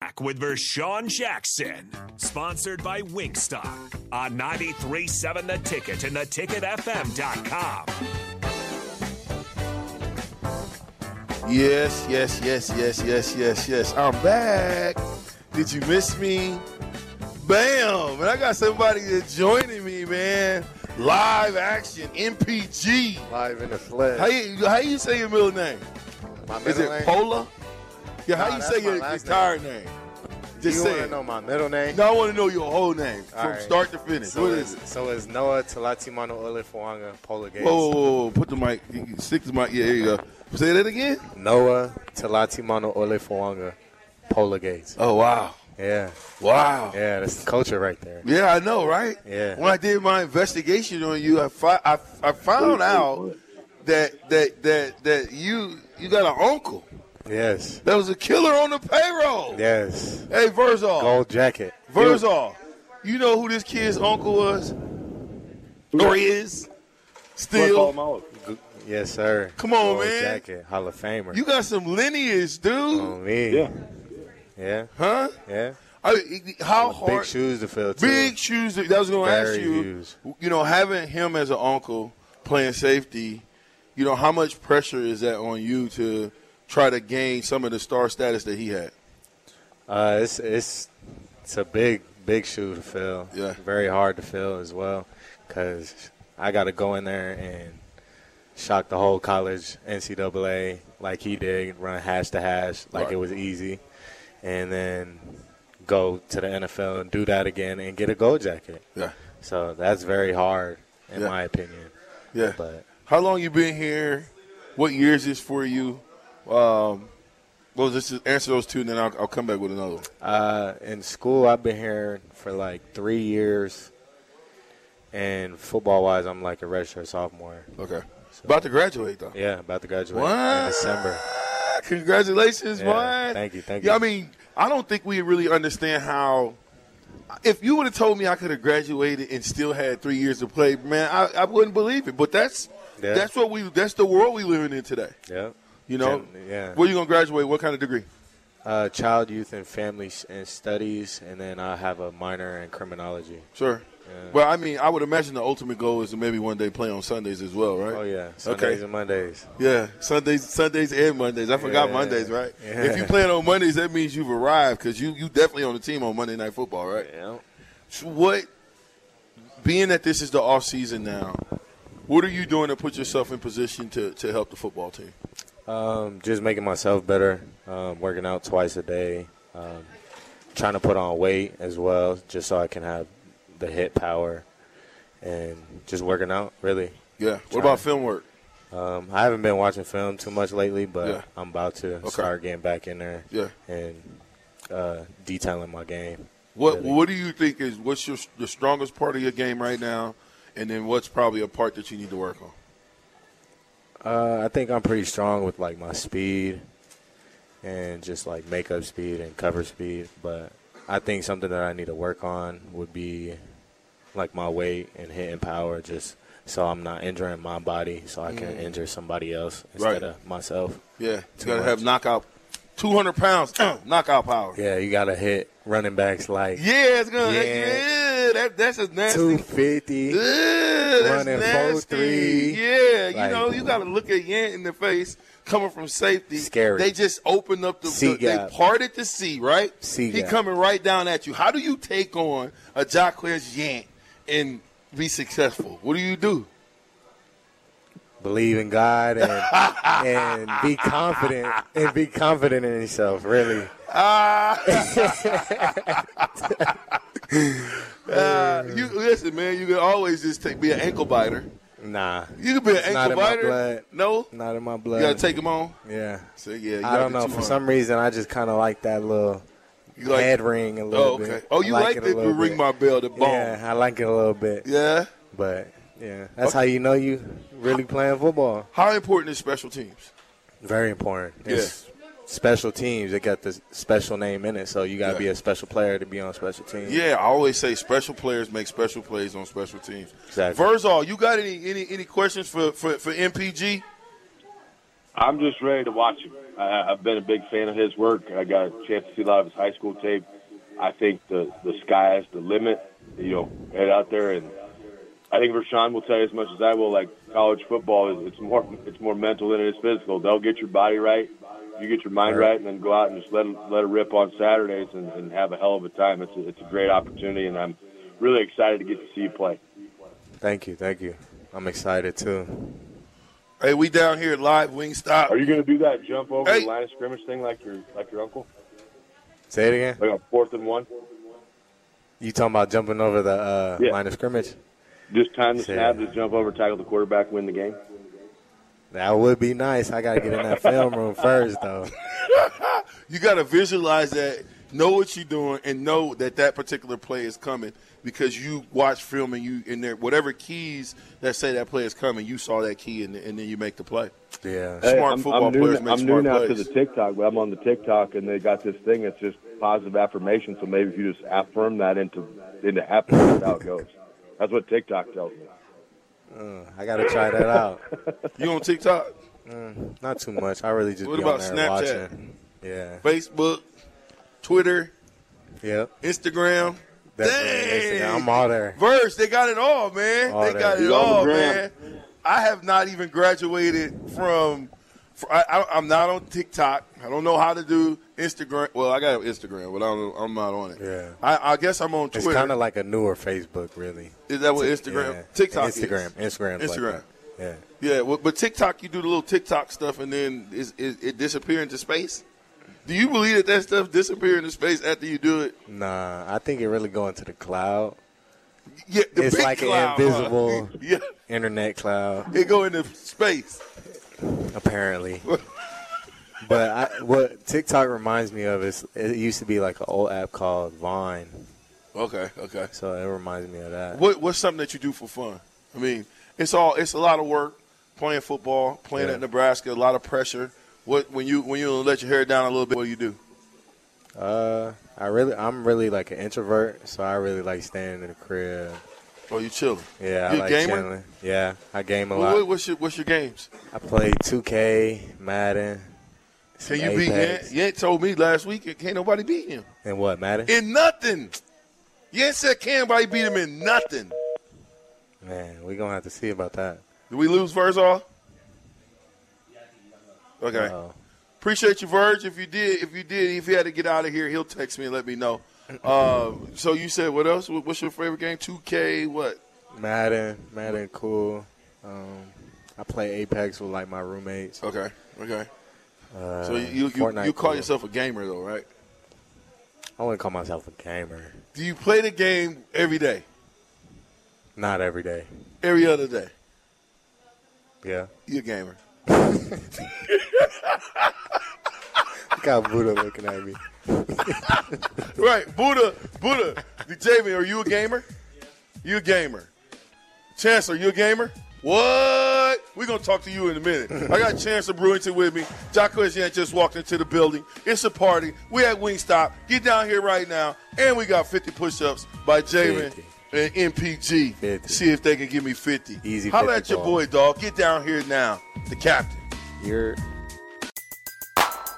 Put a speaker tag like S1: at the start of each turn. S1: Back with Vershawn Jackson, sponsored by Wingstop on 937 The Ticket and theticketfm.com.
S2: Yes, yes, yes, yes, yes, yes, yes. I'm back. Did you miss me? Bam! And I got somebody that's joining me, man. Live action MPG.
S3: Live in the flesh.
S2: How you how you say your middle name?
S3: my
S2: Is
S3: middle
S2: it
S3: name?
S2: Pola? Yeah, how
S3: Nah,
S2: you
S3: that's
S2: say
S3: my
S2: your
S3: last
S2: entire name? Just
S3: you
S2: say.
S3: want to
S2: it.
S3: know my middle name?
S2: No, I want to know your whole name
S3: All
S2: from
S3: right.
S2: start to finish.
S3: So
S2: what is it?
S3: it's- So it's Noah Talatimano Olifawanga Pola Gates.
S2: Whoa, whoa, whoa, put the mic, you can stick the mic. Yeah, there you go. Say that again.
S3: Noah Talatimano Olifawanga Pola Gates.
S2: Oh wow,
S3: Yeah.
S2: wow.
S3: Yeah, that's the culture right there.
S2: Yeah, I know, right?
S3: Yeah.
S2: When I did my investigation on you, I, fi- I, I found out that that that that you you got an uncle
S3: Yes.
S2: that was a killer on the payroll.
S3: Yes.
S2: Hey, Verzal,
S3: Gold jacket.
S2: Verzal, you know who this kid's uncle was? Or is? Still,
S3: Yes, sir.
S2: Come on,
S3: Gold
S2: man.
S3: jacket. Hall of Famer.
S2: you got some lineage, dude,
S3: on me.
S4: Yeah.
S3: Yeah.
S2: huh?
S3: Yeah.
S2: I mean, how hard?
S3: Big shoes to fill, too.
S2: Big shoes. That I was going to ask
S3: Very
S2: you.
S3: huge.
S2: You know, having him as an uncle playing safety, you know, how much pressure is that on you to try to gain some of the star status that he had?
S3: Uh, it's it's it's a big big shoe to fill.
S2: Yeah.
S3: Very hard to fill as well, because I got to go in there and shock the whole college NCAA like he did, run hash to hash like
S2: Right.
S3: it was easy, and then go to the NFL and do that again and get a gold jacket.
S2: Yeah,
S3: So that's very hard in
S2: Yeah.
S3: my opinion.
S2: yeah.
S3: But
S2: how long you been here? What years is for you? Um, well, just answer those two, and then I'll, I'll come back with another one.
S3: Uh, in school, I've been here for like three years, and football-wise, I'm like a redshirt sophomore.
S2: Okay. About to graduate though.
S3: Yeah, about to graduate
S2: What?
S3: in December.
S2: Congratulations,
S3: Yeah,
S2: man.
S3: thank you, thank
S2: Yeah,
S3: you.
S2: I mean, I don't think we really understand how. If you would have told me I could have graduated and still had three years to play, man, I, I wouldn't believe it. But that's
S3: Yeah.
S2: that's what we that's the world we living in today.
S3: Yep.
S2: You know,
S3: Gen- yeah.
S2: Where you gonna graduate? What kind of degree?
S3: Uh, child, youth, and family s- and studies, and then I have a minor in criminology.
S2: Sure. Well, I mean, I would imagine the ultimate goal is to maybe one day play on Sundays as well, right?
S3: Oh yeah, Sundays
S2: okay.
S3: and Mondays.
S2: Yeah, Sundays, Sundays and Mondays. I forgot
S3: Yeah.
S2: Mondays, right?
S3: Yeah.
S2: If you playing on Mondays, that means you've arrived because you you definitely on the team on Monday Night Football, right?
S3: Yeah.
S2: So what being that this is the off season now what are you doing to put yourself in position to, to help the football team
S3: Um, just making myself better, um, working out twice a day, um, trying to put on weight as well, just so I can have the hit power, and just working out really.
S2: yeah
S3: Trying.
S2: what about film work
S3: Um, I haven't been watching film too much lately, but
S2: Yeah.
S3: I'm about to start getting back in there
S2: Yeah.
S3: and uh, detailing my game.
S2: what
S3: Really.
S2: what do you think is what's your the strongest part of your game right now and then what's probably a part that you need to work on
S3: Uh, I think I'm pretty strong with like my speed and just like make up speed and cover speed, but I think something that I need to work on would be like my weight and hitting power, just so I'm not injuring my body, so I can injure somebody else
S2: Mm. Right.
S3: instead of myself.
S2: Yeah, you
S3: Too
S2: gotta
S3: much.
S2: have knockout, two hundred pounds knockout power. Yeah,
S3: Yeah, you gotta hit running backs like
S2: it's gonna. Yeah,
S3: Yeah.
S2: that, that's a nasty.
S3: two fifty.
S2: Ugh, that's
S3: Running
S2: nasty.
S3: 4-3.
S2: Yeah, you
S3: Like-
S2: know you gotta look at Yant in the face coming from safety.
S3: Scary.
S2: They just opened up the,
S3: C
S2: the- they
S3: gap.
S2: parted the C right.
S3: C
S2: he
S3: gap.
S2: coming right down at you. How do you take on a Jacquez Yant and be successful? What do you do?
S3: Believe in God and and be confident and be confident in yourself. Really,
S2: Uh, you listen, man. You can always just take be an ankle biter.
S3: nah.
S2: You could be an
S3: It's
S2: ankle
S3: not in my
S2: biter.
S3: blood.
S2: No,
S3: Not in my blood.
S2: you gotta take him on.
S3: Yeah.
S2: So yeah, you
S3: I
S2: gotta
S3: don't know.
S2: get
S3: For
S2: you
S3: some
S2: on.
S3: reason, I just kind of like that little
S2: You like-
S3: head ring a little
S2: Oh, okay.
S3: bit.
S2: Oh, you
S3: I
S2: like,
S3: it a
S2: the,
S3: little
S2: the ring
S3: bit.
S2: my bell, the bone.
S3: Yeah, I like it a little bit.
S2: Yeah?
S3: But yeah, that's how you know you really playing football.
S2: How important is special teams?
S3: Very important. It's Special teams, they got this special name in it, so you got to
S2: Yeah.
S3: be a special player to be on special teams.
S2: Yeah, I always say special players make special plays on special teams.
S3: Exactly.
S2: Verzal, you got any any, any questions for, for, for MPG?
S5: I'm just ready to watch him. I, I've been a big fan of his work. I got a chance to see a lot of his high school tape. I think the the sky's the limit. You know, head out there and I think Rashawn will tell you as much as I will. Like college football, is it's more it's more mental than it is physical. They'll get your body right, you get your mind right, and then go out and just let it- let it rip on Saturdays and, and have a hell of a time. It's a, it's a great opportunity, and I'm really excited to get to see you play.
S3: Thank you, thank you. I'm excited too.
S2: Hey, we down here at live Wingstop.
S5: Are you going to do that jump over
S2: Hey.
S5: the line of scrimmage thing like your like your uncle,
S3: Say it again.
S5: like a fourth and one?
S3: You talking about jumping over the uh,
S5: Yeah.
S3: line of scrimmage?
S5: Just time the
S3: Say
S5: snap,
S3: that.
S5: just jump over, tackle the quarterback, win the game.
S3: That would be nice. I gotta get in that film room first though.
S2: You got to visualize that, know what you're doing, and know that that particular play is coming because you watch film and you in there whatever keys that say that play is coming, you saw that key and, and then you make the play.
S3: Yeah.
S2: Smart football
S5: new,
S2: players make
S5: I'm
S2: smart
S5: new now to
S2: plays.
S5: the TikTok, but I'm on the TikTok, and they got this thing. It's just positive affirmation. So maybe if you just affirm that into into happening, that's how it goes. That's what TikTok tells me.
S3: I gotta try that out.
S2: You on TikTok,
S3: Not too much. I really just
S2: What
S3: be
S2: about
S3: on there
S2: Snapchat?
S3: watching. Yeah.
S2: Facebook, Twitter,
S3: Yep.
S2: Instagram.
S3: Definitely.
S2: Dang.
S3: I'm all there.
S2: Verse, they got it all, man.
S3: All
S2: they
S3: that.
S2: got it
S3: You
S5: on the
S2: all,
S5: gram.
S2: man. I have not even graduated from. fr I, I, I'm not on TikTok. I don't know how to do Instagram. Well, I got Instagram, but I don't, I'm not on it.
S3: Yeah.
S2: I, I guess I'm on
S3: It's
S2: Twitter.
S3: kind of like a newer Facebook, really.
S2: is that what Instagram,
S3: Yeah.
S2: TikTok, is?
S3: Instagram, Instagram,
S2: Instagram.
S3: Instagram. Yeah.
S2: Yeah, well, but TikTok, you do the little TikTok stuff, and then is, is, it disappear into space. Do you believe that that stuff disappear into space after you do it?
S3: Nah, I think it really go into the cloud,
S2: Yeah, the
S3: It's
S2: big
S3: like an
S2: cloud, huh?
S3: invisible-
S2: yeah,
S3: internet cloud,
S2: it go into space.
S3: apparently. but I, what TikTok reminds me of is it used to be like an old app called Vine,
S2: Okay, okay.
S3: so it reminds me of that.
S2: What what's something that you do for fun? I mean, it's all it's a lot of work playing football, playing
S3: Yeah.
S2: at Nebraska, a lot of pressure. What when you when you let your hair down a little bit, what do you do?
S3: Uh, I really, I'm really like an introvert, so I really like staying in the crib.
S2: Oh, you chilling?
S3: Yeah,
S2: you
S3: I
S2: a
S3: like
S2: gamer.
S3: chilling. Yeah, I game a
S2: What-
S3: lot.
S2: what- what's your what's your games?
S3: I play 2K, Madden.
S2: Can
S3: some
S2: you beat Yent?
S3: Apex.
S2: Yent told me last week it can't nobody beat him
S3: And what, Madden?
S2: in nothing. Yent said can't nobody beat him in nothing.
S3: Man, we're going to have to see about that.
S2: Did we lose Verzal? Okay.
S3: Uh-oh.
S2: Appreciate you, Verge. If you did, if you did, if you had to get out of here, he'll text me and let me know. Um, so you said what else? What- What's your favorite game? Two K. What?
S3: Madden, Madden, cool. Um, I play Apex with like my roommates.
S2: Okay. Okay.
S3: Uh,
S2: So you you, you,
S3: Fortnite,
S2: you call
S3: cool.
S2: yourself a gamer though, right?
S3: I wouldn't call myself a gamer.
S2: Do you play the game every day,
S3: Not every day.
S2: every other day?
S3: Yeah.
S2: You a gamer?
S3: You got Buddha looking at me.
S2: Right, Buddha. Buddha. Javen, are you a gamer? You a gamer? Chancellor, you a gamer? What? We're going to talk to you in a minute. I got Chance of Brewington with me. Jocko Jan just walked into the building. It's a party. We at Wingstop. Get down here right now. And we got 50 push ups by Jamin
S3: 50.
S2: and MPG.
S3: 50.
S2: See if they can give me 50.
S3: Easy
S2: How
S3: 50
S2: about your
S3: ball.
S2: boy, dog? Get down here now. The captain.
S3: You're